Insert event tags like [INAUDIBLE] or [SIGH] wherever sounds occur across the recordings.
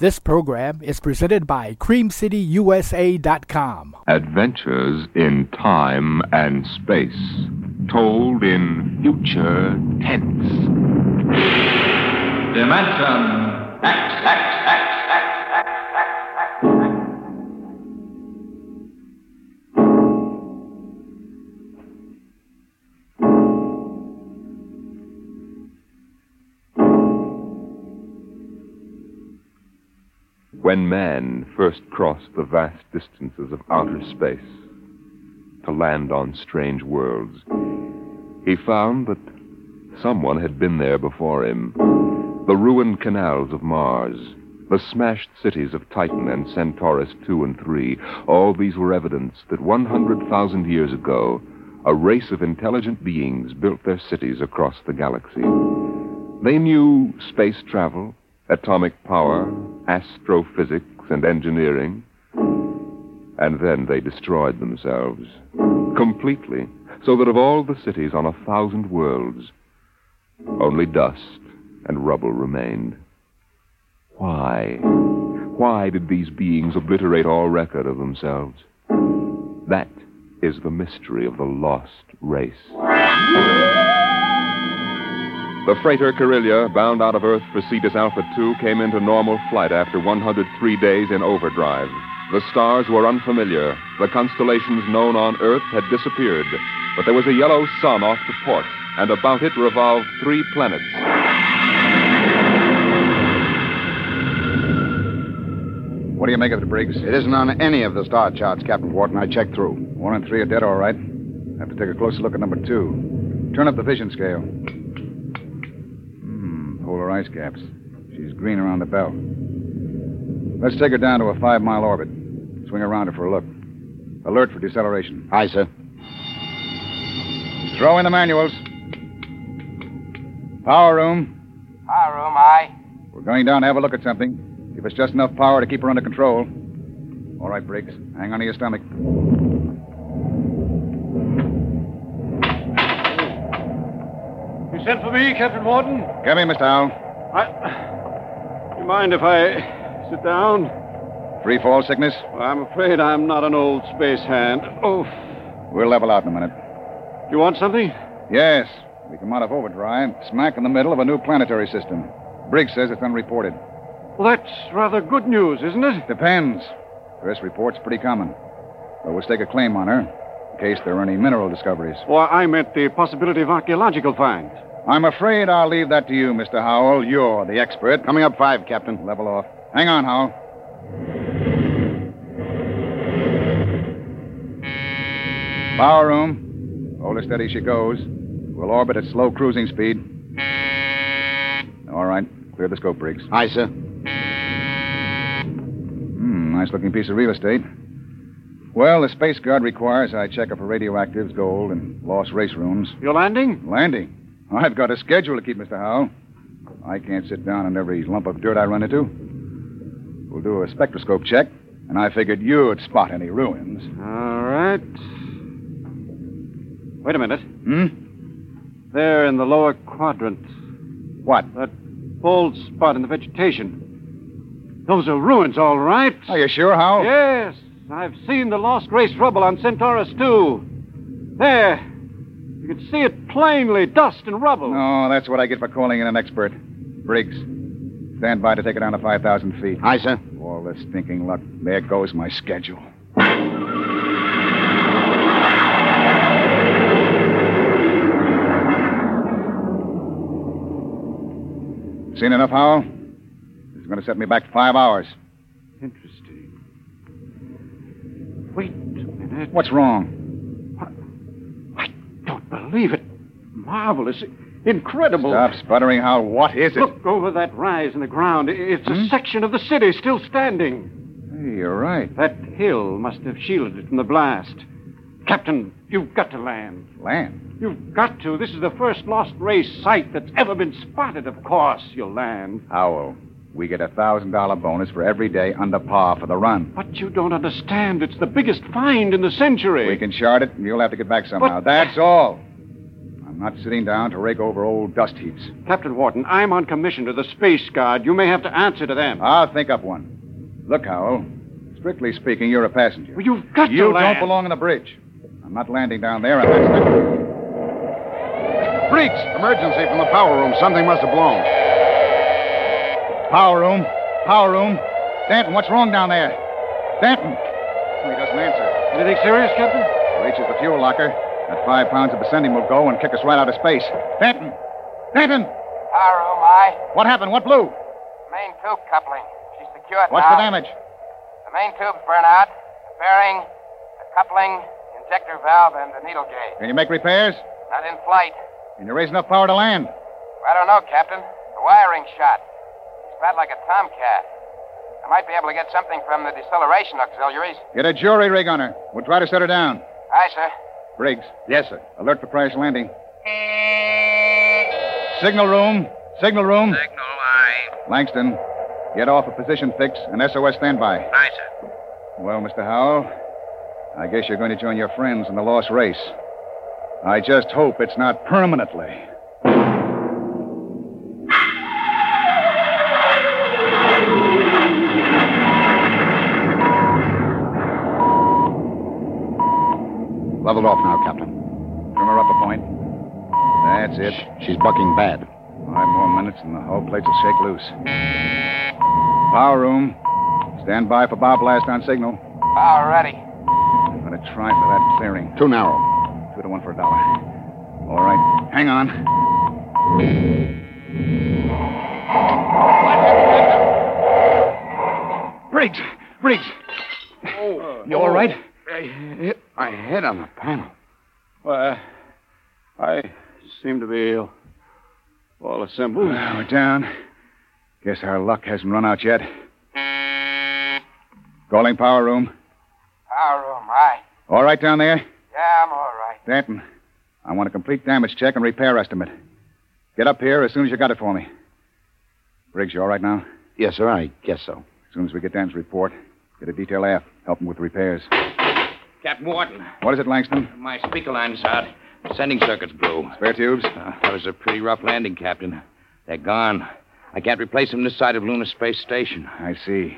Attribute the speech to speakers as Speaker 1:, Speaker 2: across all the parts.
Speaker 1: This program is presented by CreamCityUSA.com.
Speaker 2: Adventures in time and space, told in future tense.
Speaker 3: Dimension X, X, X, X, X, X, X, X.
Speaker 2: When man first crossed the vast distances of outer space to land on strange worlds, he found that someone had been there before him. The ruined canals of Mars, the smashed cities of Titan and Centaurus II and III, all these were evidence that 100,000 years ago, a race of intelligent beings built their cities across the galaxy. They knew space travel, atomic power, astrophysics, and engineering. And then they destroyed themselves completely, so that of all the cities on a thousand worlds, only dust and rubble remained. Why? Why did these beings obliterate all record of themselves? That is the mystery of the lost race. The freighter Carillia, bound out of Earth for Cetus Alpha 2, came into normal flight after 103 days in overdrive. The stars were unfamiliar. The constellations known on Earth had disappeared. But there was a yellow sun off to port, and about it revolved three planets.
Speaker 4: What do you make of it, Briggs?
Speaker 5: It isn't on any of the star charts, Captain Wharton. I checked through.
Speaker 4: One and three are dead, all right. Have to take a closer look at number two. Turn up the vision scale. Hmm, polar ice caps. She's green around the belt. Let's take her down to a five mile orbit. Swing around her for a look. Alert for deceleration.
Speaker 5: Aye, sir.
Speaker 4: Throw in the manuals. Power room.
Speaker 6: Hi, room, hi.
Speaker 4: We're going down to have a look at something. Give us just enough power to keep her under control. All right, Briggs. Hang onto your stomach.
Speaker 7: You sent for me, Captain Morton?
Speaker 4: Come in, Mr. Howell.
Speaker 7: I. You mind if I sit down?
Speaker 4: Free fall sickness?
Speaker 7: Well, I'm afraid I'm not an old space hand. Oh,
Speaker 4: We'll level out in a minute.
Speaker 7: you want something?
Speaker 4: Yes. We come out of overdrive, smack in the middle of a new planetary system. Briggs says it's unreported.
Speaker 7: Well, that's rather good news, isn't it?
Speaker 4: Depends. First report's pretty common. But we'll stake a claim on her in case there are any mineral discoveries.
Speaker 7: Or I meant the possibility of archaeological finds.
Speaker 4: I'm afraid I'll leave that to you, Mr. Howell. You're the expert.
Speaker 5: Coming up five, Captain.
Speaker 4: Level off. Hang on, Howell. Power room. Hold her steady, she goes. We'll orbit at slow cruising speed. All right. Clear the scope, Briggs.
Speaker 5: Aye, sir.
Speaker 4: Hmm, nice looking piece of real estate. Well, the space guard requires I check up for radioactives, gold, and lost race rooms.
Speaker 7: You're landing?
Speaker 4: Landing. I've got a schedule to keep, Mr. Howell. I can't sit down on every lump of dirt I run into. We'll do a spectroscope check, and I figured you'd spot any ruins.
Speaker 7: All right. Wait a minute.
Speaker 4: Hmm?
Speaker 7: There in the lower quadrant,
Speaker 4: What?
Speaker 7: that bald spot in the vegetation. Those are ruins, all right.
Speaker 4: Are you sure, Howell?
Speaker 7: Yes, I've seen the lost race rubble on Centaurus too. There. You can see it plainly, dust and rubble.
Speaker 4: No, Oh, that's what I get for calling in an expert. Briggs, stand by to take it down to 5,000 feet.
Speaker 5: Aye, sir.
Speaker 4: All this stinking luck. There goes my schedule. Seen enough, Howell? This is going to set me back five hours.
Speaker 7: Interesting. Wait a minute.
Speaker 4: What's wrong?
Speaker 7: I don't believe it. Marvelous. Incredible.
Speaker 4: Stop sputtering, Howell. What is it?
Speaker 7: Look over that rise in the ground. I- It's
Speaker 4: Hmm?
Speaker 7: a section of the city still standing.
Speaker 4: Hey, you're right.
Speaker 7: That hill must have shielded it from the blast. Captain, you've got to land.
Speaker 4: Land.
Speaker 7: You've got to. This is the first lost race site that's ever been spotted, of course. You'll land.
Speaker 4: Howell, we get a $1,000 bonus for every day under par for the run.
Speaker 7: But you don't understand. It's the biggest find in the century.
Speaker 4: We can chart it, and you'll have to get back somehow.
Speaker 7: But-
Speaker 4: That's all. I'm not sitting down to rake over old dust heaps.
Speaker 7: Captain Wharton, I'm on commission to the Space Guard. You may have to answer to them.
Speaker 4: I'll think up one. Look, Howell, strictly speaking, you're a passenger.
Speaker 7: Well, you've got
Speaker 4: you
Speaker 7: to land.
Speaker 4: don't belong on the bridge. I'm not landing down there. I'm not...
Speaker 5: Freaks! Emergency from the power room. Something must have blown.
Speaker 4: Power room. Power room. Danton, what's wrong down there? Danton! He doesn't answer.
Speaker 7: Anything serious, Captain?
Speaker 4: Reaches the fuel locker. That five pounds of besending will go and kick us right out of space. Danton! Danton!
Speaker 6: Power room, I.
Speaker 4: What happened? What blew?
Speaker 6: Main tube coupling. She's secured
Speaker 4: What's
Speaker 6: now.
Speaker 4: the damage?
Speaker 6: The main tube's burnt out. The bearing, the coupling, the injector valve, and the needle gauge.
Speaker 4: Can you make repairs?
Speaker 6: Not in flight.
Speaker 4: Can you raise enough power to land?
Speaker 6: I don't know, Captain. The wiring shot. It's flat like a tomcat. I might be able to get something from the deceleration auxiliaries.
Speaker 4: Get a jury rig on her. We'll try to set her down.
Speaker 6: Aye, sir.
Speaker 4: Briggs. Yes, sir. Alert for crash landing. Signal room. Signal room.
Speaker 8: Signal, aye.
Speaker 4: Langston, get off a position fix and SOS standby.
Speaker 8: Aye, sir.
Speaker 4: Well, Mr. Howell, I guess you're going to join your friends in the lost race. I just hope it's not permanently.
Speaker 5: Leveled off now, Captain.
Speaker 4: Trim her up a point. That's it.
Speaker 5: She's bucking bad.
Speaker 4: Five more minutes and the hull plates will shake loose. Power room. Stand by for bow blast on signal.
Speaker 6: Power ready.
Speaker 4: I'm going to try for that clearing.
Speaker 5: Too narrow.
Speaker 4: Two to one for a dollar. All right. Hang on. Briggs! Briggs!
Speaker 5: Oh,
Speaker 4: you all right?
Speaker 5: I hit my head on the panel.
Speaker 7: Well, I seem to be all assembled.
Speaker 4: Well, we're down. Guess our luck hasn't run out yet. Calling power room.
Speaker 6: Power room, aye.
Speaker 4: All right down there?
Speaker 6: Yeah, I'm all right.
Speaker 4: Danton, I want a complete damage check and repair estimate. Get up here as soon as you got it for me. Briggs, you all right now?
Speaker 5: Yes, sir, I guess so.
Speaker 4: As soon as we get Dan's report, get a detail aft. Help him with repairs.
Speaker 8: Captain Wharton,
Speaker 4: What is it, Langston?
Speaker 8: my speaker line's out. Sending circuits blew.
Speaker 4: Spare tubes?
Speaker 8: Uh, that was a pretty rough landing, Captain. They're gone. I can't replace them this side of Lunar Space Station.
Speaker 4: I see.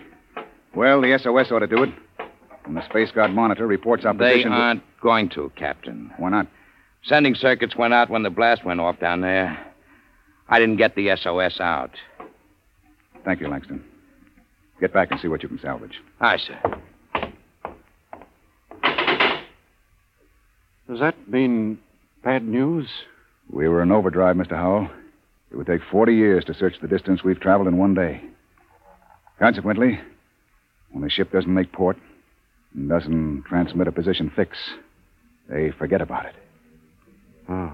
Speaker 4: Well, the SOS ought to do it. And the Space Guard monitor reports our
Speaker 8: They
Speaker 4: position. to-
Speaker 8: aren't going to, Captain.
Speaker 4: Why not?
Speaker 8: Sending circuits went out when the blast went off down there. I didn't get the SOS out.
Speaker 4: Thank you, Langston. Get back and see what you can salvage.
Speaker 8: Aye, sir.
Speaker 7: Does that mean bad news?
Speaker 4: We were in overdrive, Mr. Howell. It would take 40 years to search the distance we've traveled in one day. Consequently, when a ship doesn't make port and doesn't transmit a position fix, they forget about it.
Speaker 8: Oh.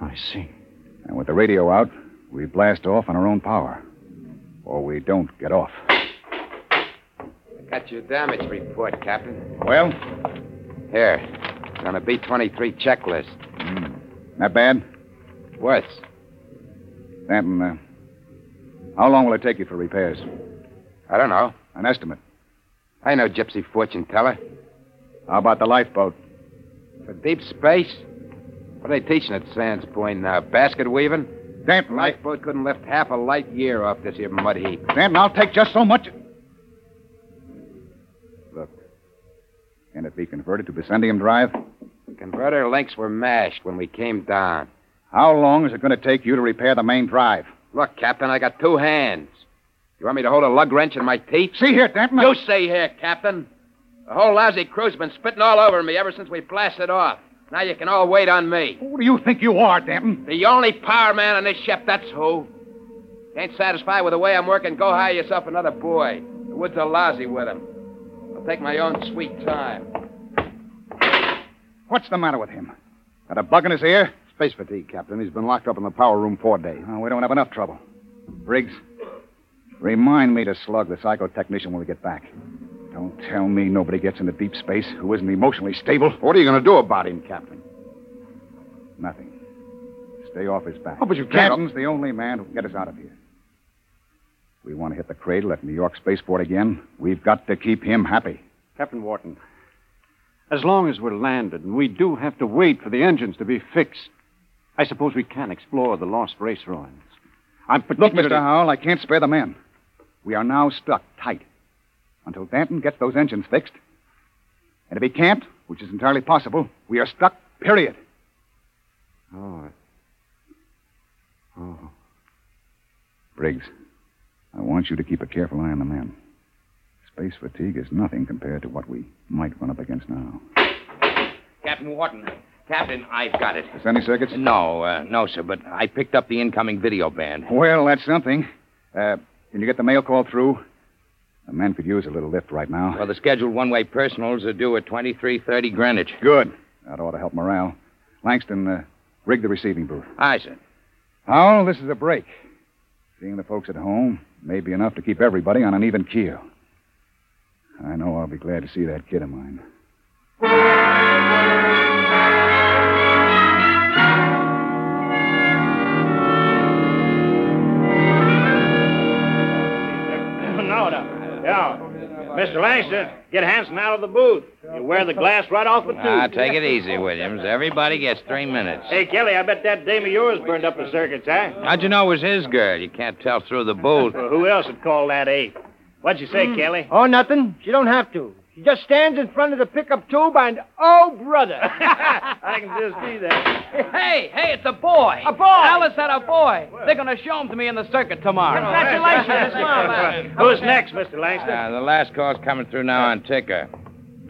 Speaker 8: I see.
Speaker 4: And with the radio out, we blast off on our own power. Or we don't get off.
Speaker 8: Got your damage report, Captain.
Speaker 4: Well,
Speaker 8: Here, on a B 23 checklist.
Speaker 4: not bad.
Speaker 8: Worse.
Speaker 4: Stanton, uh, how long will it take you for repairs?
Speaker 8: I don't know.
Speaker 4: An estimate.
Speaker 8: I know gypsy fortune teller.
Speaker 4: How about the lifeboat?
Speaker 8: For deep space? What are they teaching at Sands Point now? Basket weaving?
Speaker 4: Stanton, I-
Speaker 8: Lifeboat couldn't lift half a light year off this here mud heap.
Speaker 4: Stanton, I'll take just so much. Look, can it be converted to bessendium drive?
Speaker 8: Converter links were mashed when we came down.
Speaker 4: How long is it going to take you to repair the main drive?
Speaker 8: Look, Captain, I got two hands. You want me to hold a lug wrench in my teeth?
Speaker 4: See here, Stanton.
Speaker 8: You see here, Captain. The whole lousy crew's been spitting all over me ever since we blasted off. Now you can all wait on me.
Speaker 4: Who do you think you are, Danton?
Speaker 8: The only power man on this ship, that's who. Ain't satisfied with the way I'm working, go hire yourself another boy. The woods are lousy with him. I'll take my own sweet time.
Speaker 4: What's the matter with him? Got a bug in his ear?
Speaker 5: Space fatigue, Captain. He's been locked up in the power room four days.
Speaker 4: Oh, we don't have enough trouble. Briggs, remind me to slug the psychotechnician when we get back. Don't tell me nobody gets into deep space who isn't emotionally stable.
Speaker 5: What are you going to do about him, Captain?
Speaker 4: Nothing. Stay off his back.
Speaker 5: Oh, but you can't-
Speaker 4: Captain's the only man who can get us out of here. We want to hit the cradle at New York Spaceport again. We've got to keep him happy.
Speaker 7: Captain Wharton, As long as we're landed, and we do have to wait for the engines to be fixed, I suppose we can explore the lost race ruins. I'm
Speaker 4: Look,
Speaker 7: particularly...
Speaker 4: Mr. Howell, I can't spare the men. We are now stuck tight until Danton gets those engines fixed. And if he can't, which is entirely possible, we are stuck, period.
Speaker 7: Oh, I- oh.
Speaker 4: Briggs, I want you to keep a careful eye on the men. Space fatigue is nothing compared to what we might run up against now.
Speaker 9: Captain Wharton. Captain, I've got it.
Speaker 4: Is there any circuits?
Speaker 9: No, uh, no, sir, but I picked up the incoming video band.
Speaker 4: Well, that's something. Uh, can you get the mail call through? A man could use a little lift right now.
Speaker 9: Well, the scheduled one-way personals are due at 2330 Greenwich.
Speaker 4: Good. That ought to help morale. Langston, uh, rig the receiving booth.
Speaker 9: Aye, sir.
Speaker 4: Howell, this is a break. Seeing the folks at home may be enough to keep everybody on an even keel. I know I'll be glad to see that kid of mine.
Speaker 10: [LAUGHS] No, no. Yeah. Mr. Langston, get Hanson out of the booth. You wear the glass right off the tooth.
Speaker 9: Ah, take it easy, Williams. Everybody gets three minutes.
Speaker 10: Hey, Kelly, I bet that dame of yours burned up the circuits, huh?
Speaker 9: How'd you know it was his girl? You can't tell through the booth.
Speaker 10: Well, who else would call that ape? What'd you say, Kelly?
Speaker 11: Oh, nothing. She don't have to. She just stands in front of the pickup tube and, oh, brother.
Speaker 10: [LAUGHS] I can just see that.
Speaker 12: Hey, hey, it's a boy.
Speaker 11: A boy.
Speaker 12: Alice had a boy. They're going to show him to me in the circuit tomorrow.
Speaker 9: [LAUGHS]
Speaker 10: Congratulations, Mom. Who's next, Mr. Langston?
Speaker 9: Uh, the last call's coming through now on ticker.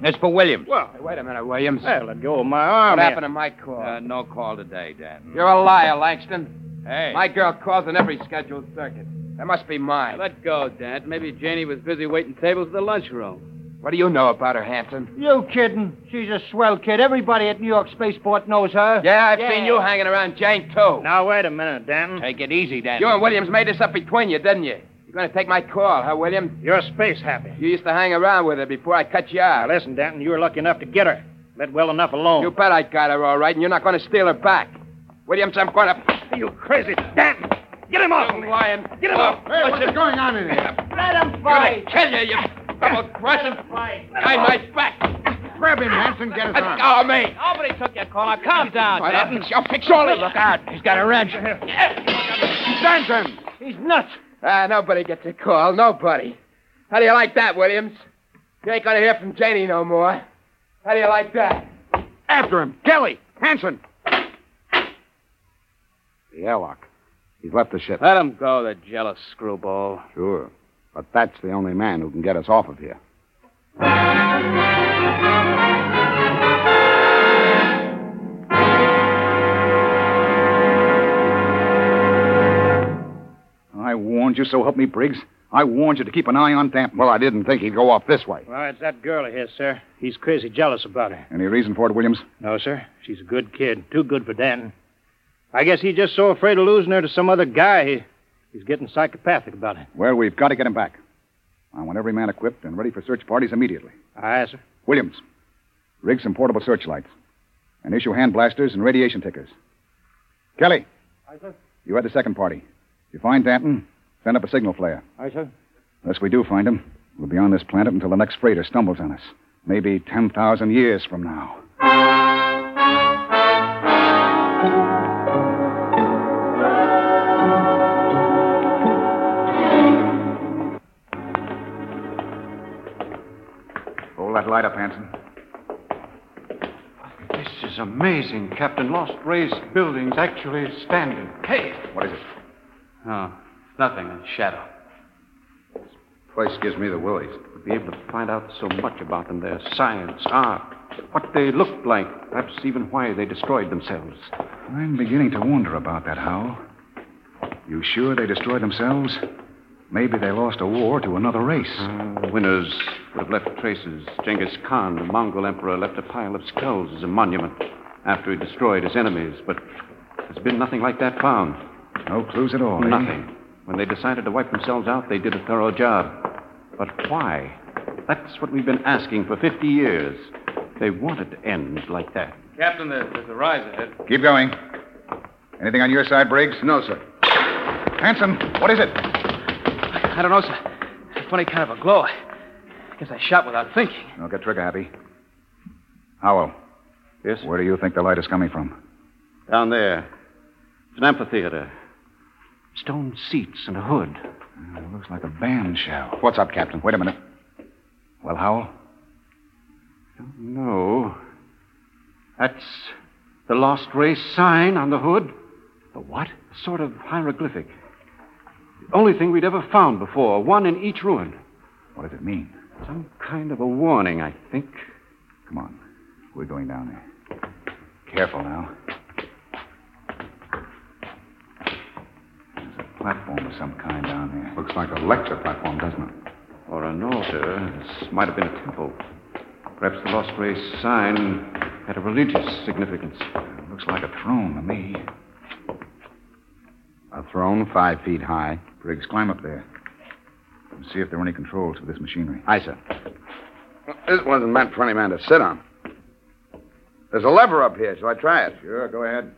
Speaker 9: It's for Williams.
Speaker 10: Well,
Speaker 8: wait a minute, Uh, Williams.
Speaker 10: Well, let go of my arm.
Speaker 8: What happened to my call?
Speaker 9: Uh, no call today, Dan.
Speaker 8: You're a liar, Langston.
Speaker 9: Hey.
Speaker 8: My girl calls on every scheduled circuit. That must be mine.
Speaker 12: Let go, Dad. Maybe Janie was busy waiting tables at the lunchroom.
Speaker 8: What do you know about her, Hanson?
Speaker 11: You kidding? She's a swell kid. Everybody at New York Spaceport knows her.
Speaker 8: Yeah, I've seen you hanging around Jane, too.
Speaker 10: Now, wait a minute, Danton.
Speaker 9: Take it easy, Dan.
Speaker 8: You and Williams made this up between you, didn't you? You're going to take my call, huh, Williams?
Speaker 10: You're space happy.
Speaker 8: You used to hang around with her before I cut you out.
Speaker 10: Now, listen, Danton, you were lucky enough to get her. Let well enough alone.
Speaker 8: You bet I got her all right, and you're not going to steal her back. Williams, I'm going to.
Speaker 10: You crazy Danton! Get him off!
Speaker 8: You lion.
Speaker 10: Get him off!
Speaker 8: Hey, what's going on in here?
Speaker 11: Let him
Speaker 8: I'm going
Speaker 11: fight.
Speaker 8: to kill you, you double crosser.
Speaker 11: Fight.
Speaker 8: Guy, my back.
Speaker 5: Grab him, Hanson. Get
Speaker 10: Uh,
Speaker 5: his
Speaker 8: Let
Speaker 5: arm.
Speaker 8: go of me.
Speaker 12: Nobody took your call. Now, calm down,
Speaker 8: Why,
Speaker 12: Dad.
Speaker 8: I'll fix you. I'll fix you all of you. Look out.
Speaker 12: He's got a wrench.
Speaker 5: Danton!
Speaker 11: He's nuts.
Speaker 8: Ah, nobody gets a call. Nobody. How do you like that, Williams? You ain't gonna hear from Janie no more. How do you like that?
Speaker 5: After him. Kelly! Hanson!
Speaker 4: The airlock.
Speaker 5: He's left the ship.
Speaker 12: Let him go, the jealous screwball.
Speaker 5: Sure. But that's the only man who can get us off of here.
Speaker 4: I warned you, so help me, Briggs. I warned you to keep an eye on Danton.
Speaker 5: Well, I didn't think he'd go off this way.
Speaker 10: Well, it's that girl of his, sir. He's crazy jealous about her.
Speaker 4: Any reason for it, Williams?
Speaker 10: No, sir. She's a good kid. Too good for Danton. I guess he's just so afraid of losing her to some other guy, he, he's getting psychopathic about it.
Speaker 4: Well, we've got to get him back. I want every man equipped and ready for search parties immediately.
Speaker 10: Aye, sir.
Speaker 4: Williams, rig some portable searchlights and issue hand blasters and radiation tickers. Kelly. You had the second party. If you find Danton, send up a signal flare.
Speaker 10: Aye, sir.
Speaker 4: Unless we do find him, we'll be on this planet until the next freighter stumbles on us. Maybe 10,000 years from now. Hold that light up, Hanson.
Speaker 7: This is amazing, Captain. Lost Ray's building's actually standing. Hey!
Speaker 4: What is it?
Speaker 12: Oh, nothing. A shadow.
Speaker 4: Place gives me the willies.
Speaker 7: To be able to find out so much about them, their science, art, what they looked like, perhaps even why they destroyed themselves.
Speaker 4: I'm beginning to wonder about that, Howell. You sure they destroyed themselves? Maybe they lost a war to another race.
Speaker 7: The winners would have left traces. Genghis Khan, the Mongol emperor, left a pile of skulls as a monument after he destroyed his enemies, but there's been nothing like that found.
Speaker 4: no clues at all. eh?
Speaker 7: Nothing. When they decided to wipe themselves out, they did a thorough job. But why? That's what we've been asking for 50 years. They wanted ends like that.
Speaker 12: Captain, there's, there's a rise ahead.
Speaker 4: Keep going. Anything on your side, Briggs?
Speaker 5: No, sir.
Speaker 4: Hanson, what is it?
Speaker 12: I don't know, sir. It's a funny kind of a glow. I guess I shot without thinking.
Speaker 4: Don't get trigger happy. Howell.
Speaker 7: Yes?
Speaker 4: Where do you think the light is coming from?
Speaker 7: Down there. It's an amphitheater. Stone seats and a hood.
Speaker 4: It looks like a band shell.
Speaker 5: What's up, Captain?
Speaker 4: Wait a minute. Well, Howell?
Speaker 7: No. That's the Lost Race sign on the hood.
Speaker 4: The what?
Speaker 7: A sort of hieroglyphic. The only thing we'd ever found before, one in each ruin.
Speaker 4: What does it mean?
Speaker 7: Some kind of a warning, I think.
Speaker 4: Come on. We're going down there. Careful now. There's a platform of some kind down there.
Speaker 5: Looks like a lecture platform, doesn't it?
Speaker 7: Or an altar. This might have been a temple. Perhaps the Lost Race sign had a religious significance.
Speaker 4: It looks like a throne to me.
Speaker 5: A throne five feet high.
Speaker 4: Briggs, climb up there. And see if there are any controls for this machinery.
Speaker 5: Aye, sir. This wasn't meant for any man to sit on. There's a lever up here. Shall I try it?
Speaker 4: Sure, go ahead.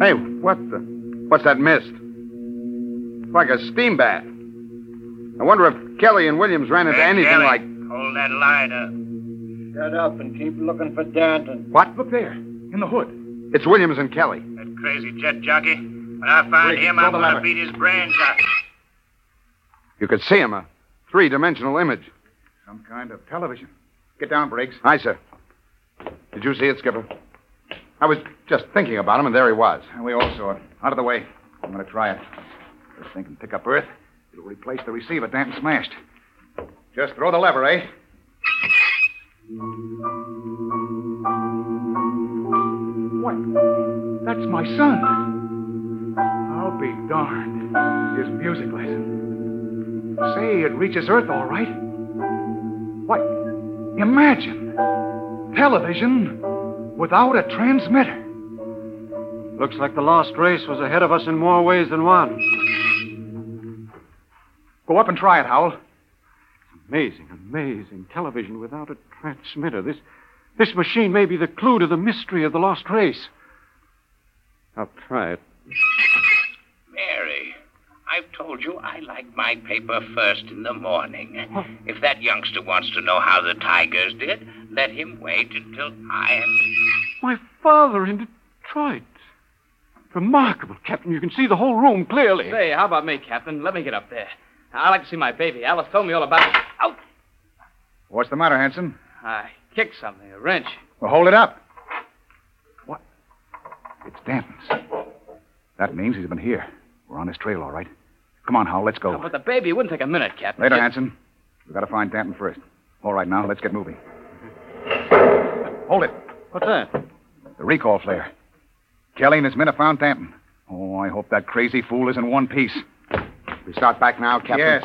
Speaker 5: Hey, what the? What's that mist? Like a steam bath. I wonder if Kelly and Williams ran into
Speaker 13: Hey,
Speaker 5: anything
Speaker 13: Kelly,
Speaker 5: like.
Speaker 13: Hold that light up.
Speaker 11: Shut up and keep looking for Danton.
Speaker 5: What?
Speaker 11: Look there, in the hood.
Speaker 5: It's Williams and Kelly.
Speaker 13: That crazy jet jockey. When I find
Speaker 5: Rick,
Speaker 13: him, I'm
Speaker 5: pull the
Speaker 13: going to
Speaker 5: lever.
Speaker 13: beat his brains out.
Speaker 5: You could see him, a three dimensional image.
Speaker 4: Some kind of television. Get down, Briggs.
Speaker 5: Aye, sir. Did you see it, Skipper? I was just thinking about him, and there he was.
Speaker 4: We all saw it. Out of the way. I'm going to try it. This thing can pick up Earth. It'll replace the receiver damn smashed. Just throw the lever, eh? What? That's my son. I'll be darned. His music lesson. Say, it reaches Earth all right. What? Imagine. Television without a transmitter.
Speaker 7: Looks like the Lost Race was ahead of us in more ways than one.
Speaker 4: Go up and try it, Howell.
Speaker 7: Amazing, amazing. Television without a transmitter. This, this machine may be the clue to the mystery of the Lost Race. I'll try it.
Speaker 13: Mary, I've told you I like my paper first in the morning. If that youngster wants to know how the Tigers did, let him wait until I am.
Speaker 7: My father in Detroit. Remarkable, Captain. You can see the whole room clearly.
Speaker 12: Say, how about me, Captain? Let me get up there. I'd like to see my baby. Alice told me all about it. Out!
Speaker 4: What's the matter, Hanson?
Speaker 12: I kicked something, a wrench.
Speaker 4: Well, hold it up. What? It's Danton's. That means he's been here. We're on his trail, all right. Come on, Howell, let's go.
Speaker 12: But the baby it wouldn't take a minute, Captain.
Speaker 4: Later,
Speaker 12: Just-
Speaker 4: Hanson. We've got to find Danton first. All right, now, let's get moving. Hold it.
Speaker 7: What's that?
Speaker 4: The recall flare. Kelly and his men have found Danton. Oh, I hope that crazy fool is in one piece.
Speaker 5: We start back now, Captain.
Speaker 4: Yes.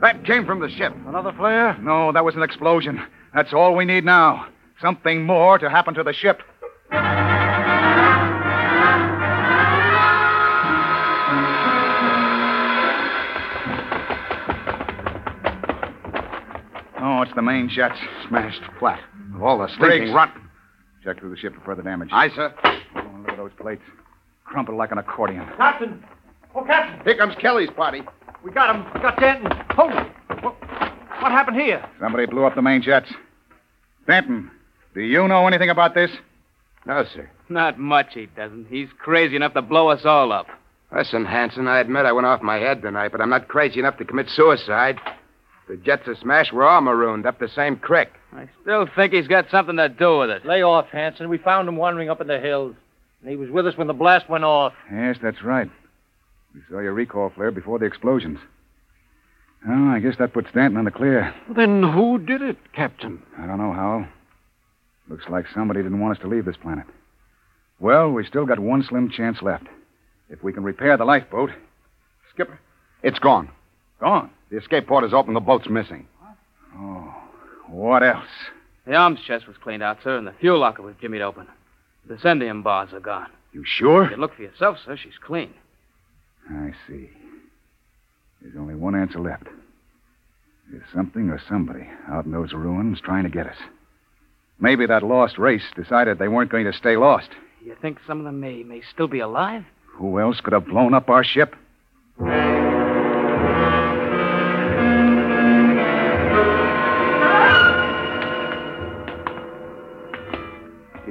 Speaker 5: That came from the ship.
Speaker 7: Another flare?
Speaker 4: No, that was an explosion. That's all we need now. Something more to happen to the ship. Oh, it's the main jets.
Speaker 5: Smashed flat. Of all the
Speaker 4: Briggs.
Speaker 5: stinking rot.
Speaker 4: Check through the ship for further damage.
Speaker 5: Aye, sir.
Speaker 4: Oh, look at those plates. Crumpled like an accordion.
Speaker 11: Captain! Oh, Captain!
Speaker 5: Here comes Kelly's party.
Speaker 11: We got him. We got Danton. Hold him. What, what happened here?
Speaker 4: Somebody blew up the main jets. Denton, do you know anything about this?
Speaker 5: No, sir.
Speaker 12: Not much he doesn't. He's crazy enough to blow us all up.
Speaker 5: Listen, Hanson, I admit I went off my head tonight, but I'm not crazy enough to commit suicide. The jets are smashed. We're all marooned up the same creek.
Speaker 12: I still think he's got something to do with it.
Speaker 11: Lay off, Hanson. We found him wandering up in the hills. And he was with us when the blast went off.
Speaker 4: Yes, that's right. We saw your recall flare before the explosions. Oh, I guess that puts Stanton on the clear.
Speaker 7: Then who did it, Captain?
Speaker 4: I don't know, Howell. Looks like somebody didn't want us to leave this planet. Well, we still got one slim chance left. If we can repair the lifeboat. Skipper.
Speaker 5: It's gone.
Speaker 4: Gone.
Speaker 5: The escape port is open. The boat's missing.
Speaker 4: Oh, what else?
Speaker 12: The arms chest was cleaned out, sir, and the fuel locker was jimmied open. The descendium bars are gone.
Speaker 4: You sure?
Speaker 12: You can look for yourself, sir. She's clean.
Speaker 4: I see. There's only one answer left. There's something or somebody out in those ruins trying to get us. Maybe that lost race decided they weren't going to stay lost.
Speaker 12: You think some of them may, may still be alive?
Speaker 4: Who else could have blown up our ship?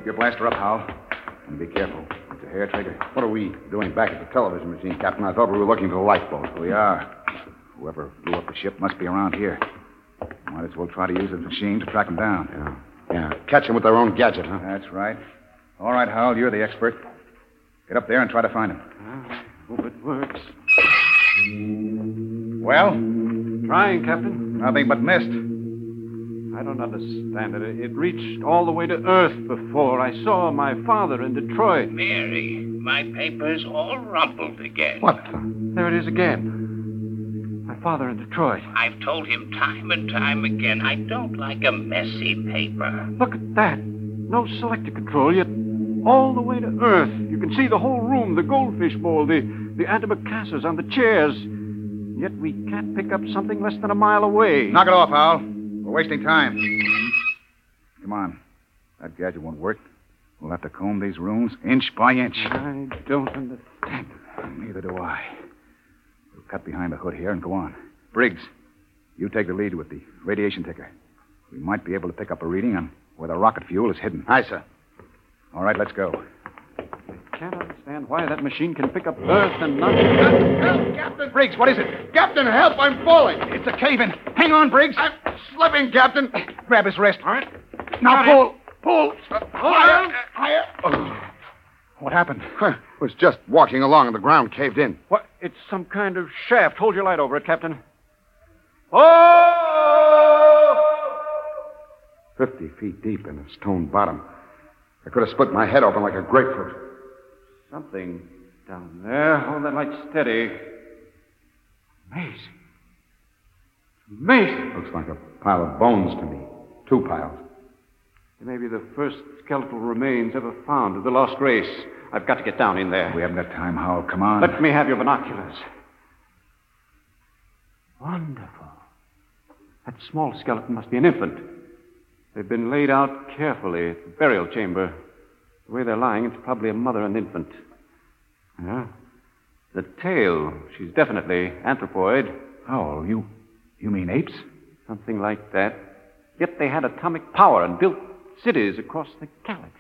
Speaker 4: your blaster up, Hal. And be careful. It's a hair trigger.
Speaker 5: What are we doing back at the television machine, Captain? I thought we were looking for the lifeboat.
Speaker 4: We are. Whoever blew up the ship must be around here. Might as well try to use the machine to track them down.
Speaker 5: Yeah, catch them with their own gadget, huh?
Speaker 4: That's right. All right, Hal, you're the expert. Get up there and try to find him.
Speaker 7: Hope it works.
Speaker 4: Well?
Speaker 7: Trying, Captain.
Speaker 4: Nothing but mist.
Speaker 7: I don't understand it. It reached all the way to Earth before. I saw my father in Detroit.
Speaker 13: Mary, my paper's all rumpled again.
Speaker 7: What? There it is again. My father in Detroit.
Speaker 13: I've told him time and time again I don't like a messy paper.
Speaker 7: Look at that. No selector control, yet all the way to Earth. You can see the whole room, the goldfish bowl, the, the antimacassars on the chairs. Yet we can't pick up something less than a mile away.
Speaker 4: Knock it off, Hal. We're wasting time. Come on. That gadget won't work. We'll have to comb these rooms inch by inch.
Speaker 7: I don't understand.
Speaker 4: Neither do I. We'll cut behind the hood here and go on. Briggs, you take the lead with the radiation ticker. We might be able to pick up a reading on where the rocket fuel is hidden.
Speaker 5: Aye, sir.
Speaker 4: All right, let's go.
Speaker 7: I can't understand why that machine can pick up Earth and not. Help,
Speaker 5: help, Captain! Briggs, what is it? Captain, help! I'm falling!
Speaker 4: It's a cave in. Hang on, Briggs!
Speaker 5: I'm slipping, Captain!
Speaker 4: Grab his wrist.
Speaker 7: All right.
Speaker 4: Now
Speaker 7: Got
Speaker 4: pull! Pull!
Speaker 5: Uh, Higher! Higher!
Speaker 4: What happened?
Speaker 5: I was just walking along and the ground caved in.
Speaker 7: What? It's some kind of shaft. Hold your light over it, Captain.
Speaker 5: Oh! Fifty feet deep in a stone bottom. I could have split my head open like a grapefruit.
Speaker 7: Something down there. Hold that light steady. Amazing. Amazing.
Speaker 5: Looks like a pile of bones to me. Two piles.
Speaker 7: It may be the first skeletal remains ever found of the lost race. I've got to get down in there.
Speaker 4: We haven't got time, Howell. Come on.
Speaker 7: Let me have your binoculars. Wonderful. That small skeleton must be an infant. They've been laid out carefully at the burial chamber. The way they're lying, it's probably a mother and infant. Yeah. The tail, she's definitely anthropoid.
Speaker 4: Howell, you. you mean apes?
Speaker 7: Something like that. Yet they had atomic power and built cities across the galaxy.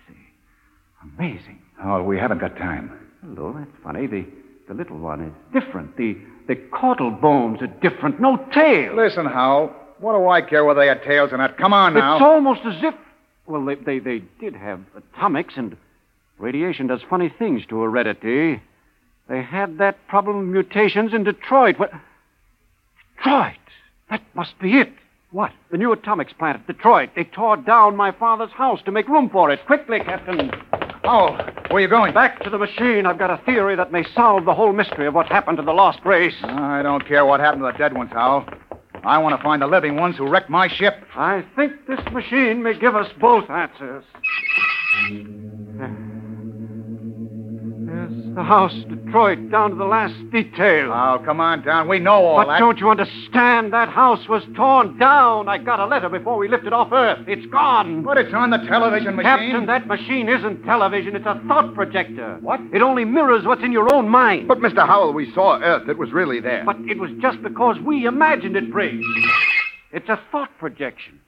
Speaker 7: Amazing.
Speaker 4: Oh, we haven't got time.
Speaker 7: Hello, that's funny. The, the little one is different. The, the caudal bones are different. No tail.
Speaker 4: Listen, Howell. What do I care whether they got tails or not? Come on now.
Speaker 7: It's almost as if. Well, they, they, they did have atomics, and radiation does funny things to heredity. They had that problem of mutations in Detroit. What? Detroit! That must be it. What? The new atomics plant at Detroit. They tore down my father's house to make room for it. Quickly, Captain.
Speaker 4: Oh, where are you going?
Speaker 7: Back to the machine. I've got a theory that may solve the whole mystery of what happened to the lost race.
Speaker 4: I don't care what happened to the dead ones, Howell. I want to find the living ones who wrecked my ship.
Speaker 7: I think this machine may give us both answers. There's the house, Detroit, down to the last detail.
Speaker 4: Oh, come on down. We know all
Speaker 7: but
Speaker 4: that.
Speaker 7: don't you understand? That house was torn down. I got a letter before we lifted off Earth. It's gone.
Speaker 4: But it's on the television machine.
Speaker 7: Captain, that machine isn't television. It's a thought projector.
Speaker 4: What?
Speaker 7: It only mirrors what's in your own mind.
Speaker 5: But, Mr. Howell, we saw Earth. It was really there.
Speaker 7: But it was just because we imagined it, Briggs. It's a thought projection.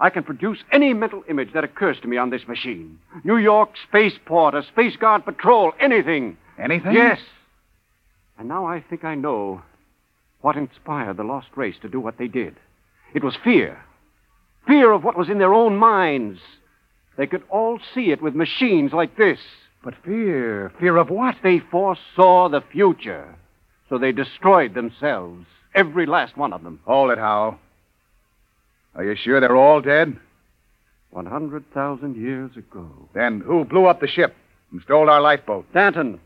Speaker 7: I can produce any mental image that occurs to me on this machine. New York spaceport, a space guard patrol, anything.
Speaker 4: Anything?
Speaker 7: Yes. And now I think I know what inspired the lost race to do what they did. It was fear. Fear of what was in their own minds. They could all see it with machines like this.
Speaker 4: But fear? Fear of what?
Speaker 7: They foresaw the future. So they destroyed themselves. Every last one of them.
Speaker 4: Hold it, Howell. Are you sure they're all dead?
Speaker 7: 100,000 years ago.
Speaker 4: Then who blew up the ship and stole our lifeboat?
Speaker 7: Danton.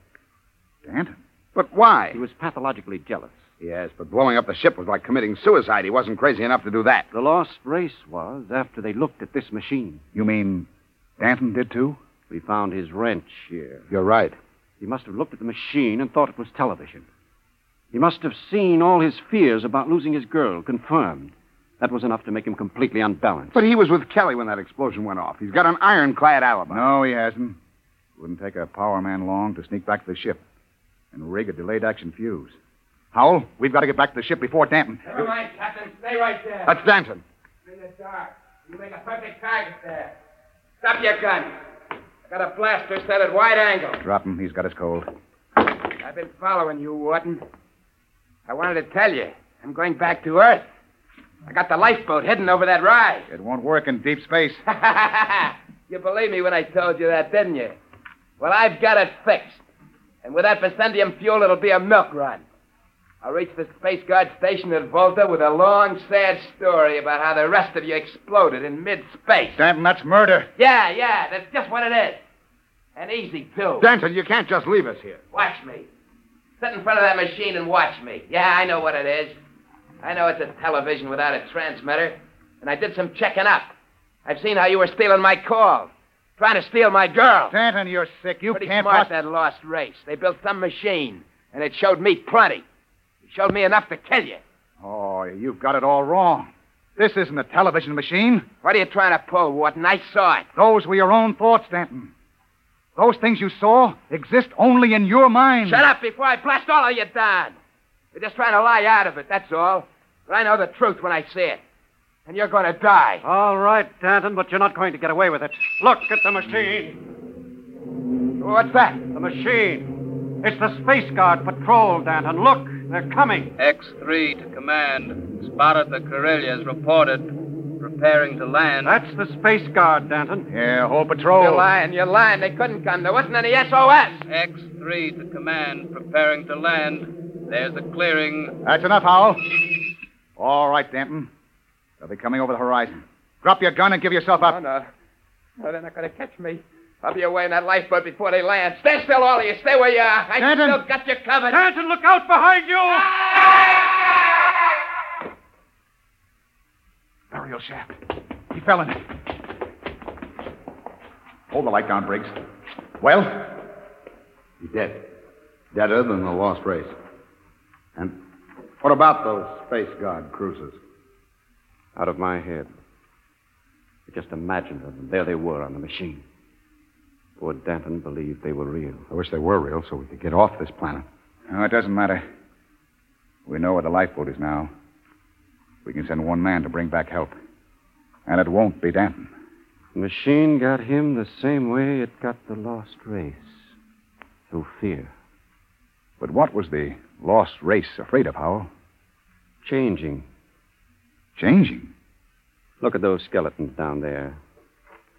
Speaker 4: Danton?
Speaker 5: But why?
Speaker 7: He was pathologically jealous.
Speaker 5: Yes, but blowing up the ship was like committing suicide. He wasn't crazy enough to do that.
Speaker 7: The lost race was after they looked at this machine.
Speaker 4: You mean Danton did too?
Speaker 7: We found his wrench here.
Speaker 5: You're right.
Speaker 7: He must have looked at the machine and thought it was television. He must have seen all his fears about losing his girl confirmed. That was enough to make him completely unbalanced.
Speaker 5: But he was with Kelly when that explosion went off. He's got an ironclad alibi.
Speaker 4: No, he hasn't. It wouldn't take a power man long to sneak back to the ship and rig a delayed action fuse. Howell, we've got to get back to the ship before Danton.
Speaker 14: Never mind, Captain. Stay right there.
Speaker 5: That's Danton.
Speaker 14: In the dark. You make a perfect target there. Stop your gun.
Speaker 8: Got a blaster set at wide angle.
Speaker 4: Drop him. He's got his cold.
Speaker 8: I've been following you, Wharton. I wanted to tell you. I'm going back to Earth. I got the lifeboat hidden over that rise.
Speaker 4: It won't work in deep space.
Speaker 8: [LAUGHS] you believe me when I told you that, didn't you? Well, I've got it fixed. And with that Vicendium fuel, it'll be a milk run. I'll reach the Space Guard station at Volta with a long, sad story about how the rest of you exploded in mid space.
Speaker 4: Danton, that's murder.
Speaker 8: Yeah, yeah, that's just what it is. And easy, too.
Speaker 5: Danton, you can't just leave us here.
Speaker 8: Watch me. Sit in front of that machine and watch me. Yeah, I know what it is. I know it's a television without a transmitter. And I did some checking up. I've seen how you were stealing my call. Trying to steal my girl.
Speaker 4: Danton, you're sick. You
Speaker 8: Pretty
Speaker 4: can't.
Speaker 8: smart, that lost race. They built some machine, and it showed me plenty. It showed me enough to kill you.
Speaker 4: Oh, you've got it all wrong. This isn't a television machine.
Speaker 8: What are you trying to pull, Wharton? I saw it.
Speaker 4: Those were your own thoughts, Danton. Those things you saw exist only in your mind.
Speaker 8: Shut up before I blast all of you down. You're just trying to lie out of it, that's all. But I know the truth when I see it. And you're going to die.
Speaker 7: All right, Danton, but you're not going to get away with it. Look at the machine.
Speaker 8: What's that?
Speaker 7: The machine. It's the Space Guard patrol, Danton. Look, they're coming.
Speaker 9: X3 to command. Spotted the Corellias, reported. Preparing to land.
Speaker 7: That's the Space Guard, Danton.
Speaker 4: Yeah, whole patrol.
Speaker 8: You're lying, you're lying. They couldn't come. There wasn't any SOS.
Speaker 9: X3 to command. Preparing to land. There's the clearing.
Speaker 4: That's enough, Howell. All right, Danton. They'll be coming over the horizon. Drop your gun and give yourself up.
Speaker 8: No, Oh, no. No, they're not going to catch me. I'll be away in that lifeboat before they land. Stay still, all of you. Stay where you are. I
Speaker 4: Danton.
Speaker 8: still got you covered.
Speaker 7: Danton, look out behind you!
Speaker 4: Burial shaft. He fell in it. Hold the light down, Briggs. Well?
Speaker 15: He's dead. Deader than the lost race. And what about those Space Guard cruisers?
Speaker 16: Out of my head. I just imagined them. and There they were on the machine. Poor Danton believed they were real.
Speaker 15: I wish they were real so we could get off this planet.
Speaker 4: No, it doesn't matter. We know where the lifeboat is now. We can send one man to bring back help. And it won't be Danton.
Speaker 16: The machine got him the same way it got the lost race through fear.
Speaker 4: But what was the lost race afraid of, Howell?
Speaker 16: Changing.
Speaker 4: Changing?
Speaker 16: Look at those skeletons down there.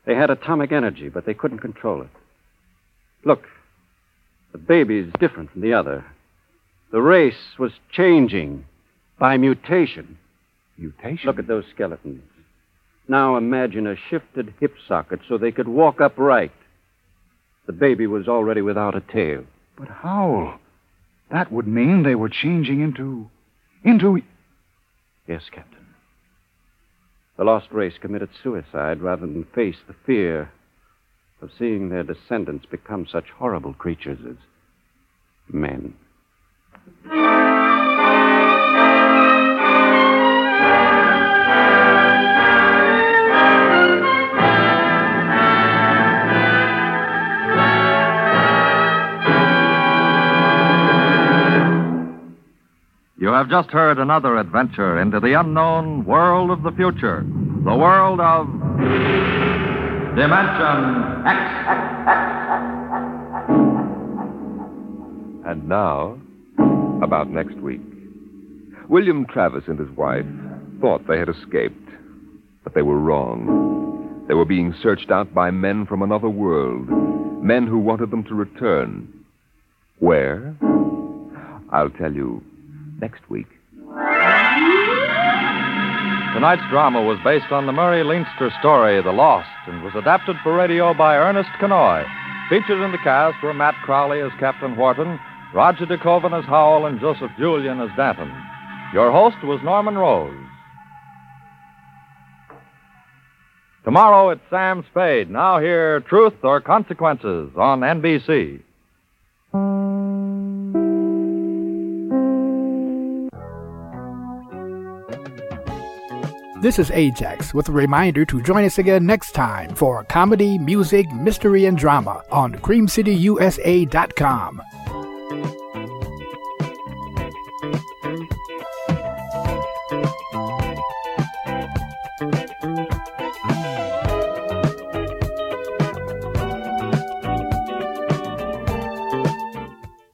Speaker 16: They had atomic energy, but they couldn't control it. Look, the baby's different from the other. The race was changing by mutation.
Speaker 4: Mutation?
Speaker 16: Look at those skeletons. Now imagine a shifted hip socket so they could walk upright. The baby was already without a tail.
Speaker 4: But Howell, that would mean they were changing into. into.
Speaker 16: Yes, Captain. The lost race committed suicide rather than face the fear of seeing their descendants become such horrible creatures as men.
Speaker 17: You have just heard another adventure into the unknown world of the future, the world of Dimension
Speaker 2: And now, about next week. William Travis and his wife thought they had escaped, but they were wrong. They were being searched out by men from another world, men who wanted them to return. Where? I'll tell you next week.
Speaker 17: Tonight's drama was based on the Murray Leinster story, The Lost, and was adapted for radio by Ernest Canoy. Featured in the cast were Matt Crowley as Captain Wharton, Roger DeCoven as Howell, and Joseph Julian as Danton. Your host was Norman Rose. Tomorrow it's Sam Spade. Now hear Truth or Consequences on NBC.
Speaker 1: This is Ajax with a reminder to join us again next time for comedy, music, mystery, and drama on creamcityusa.com.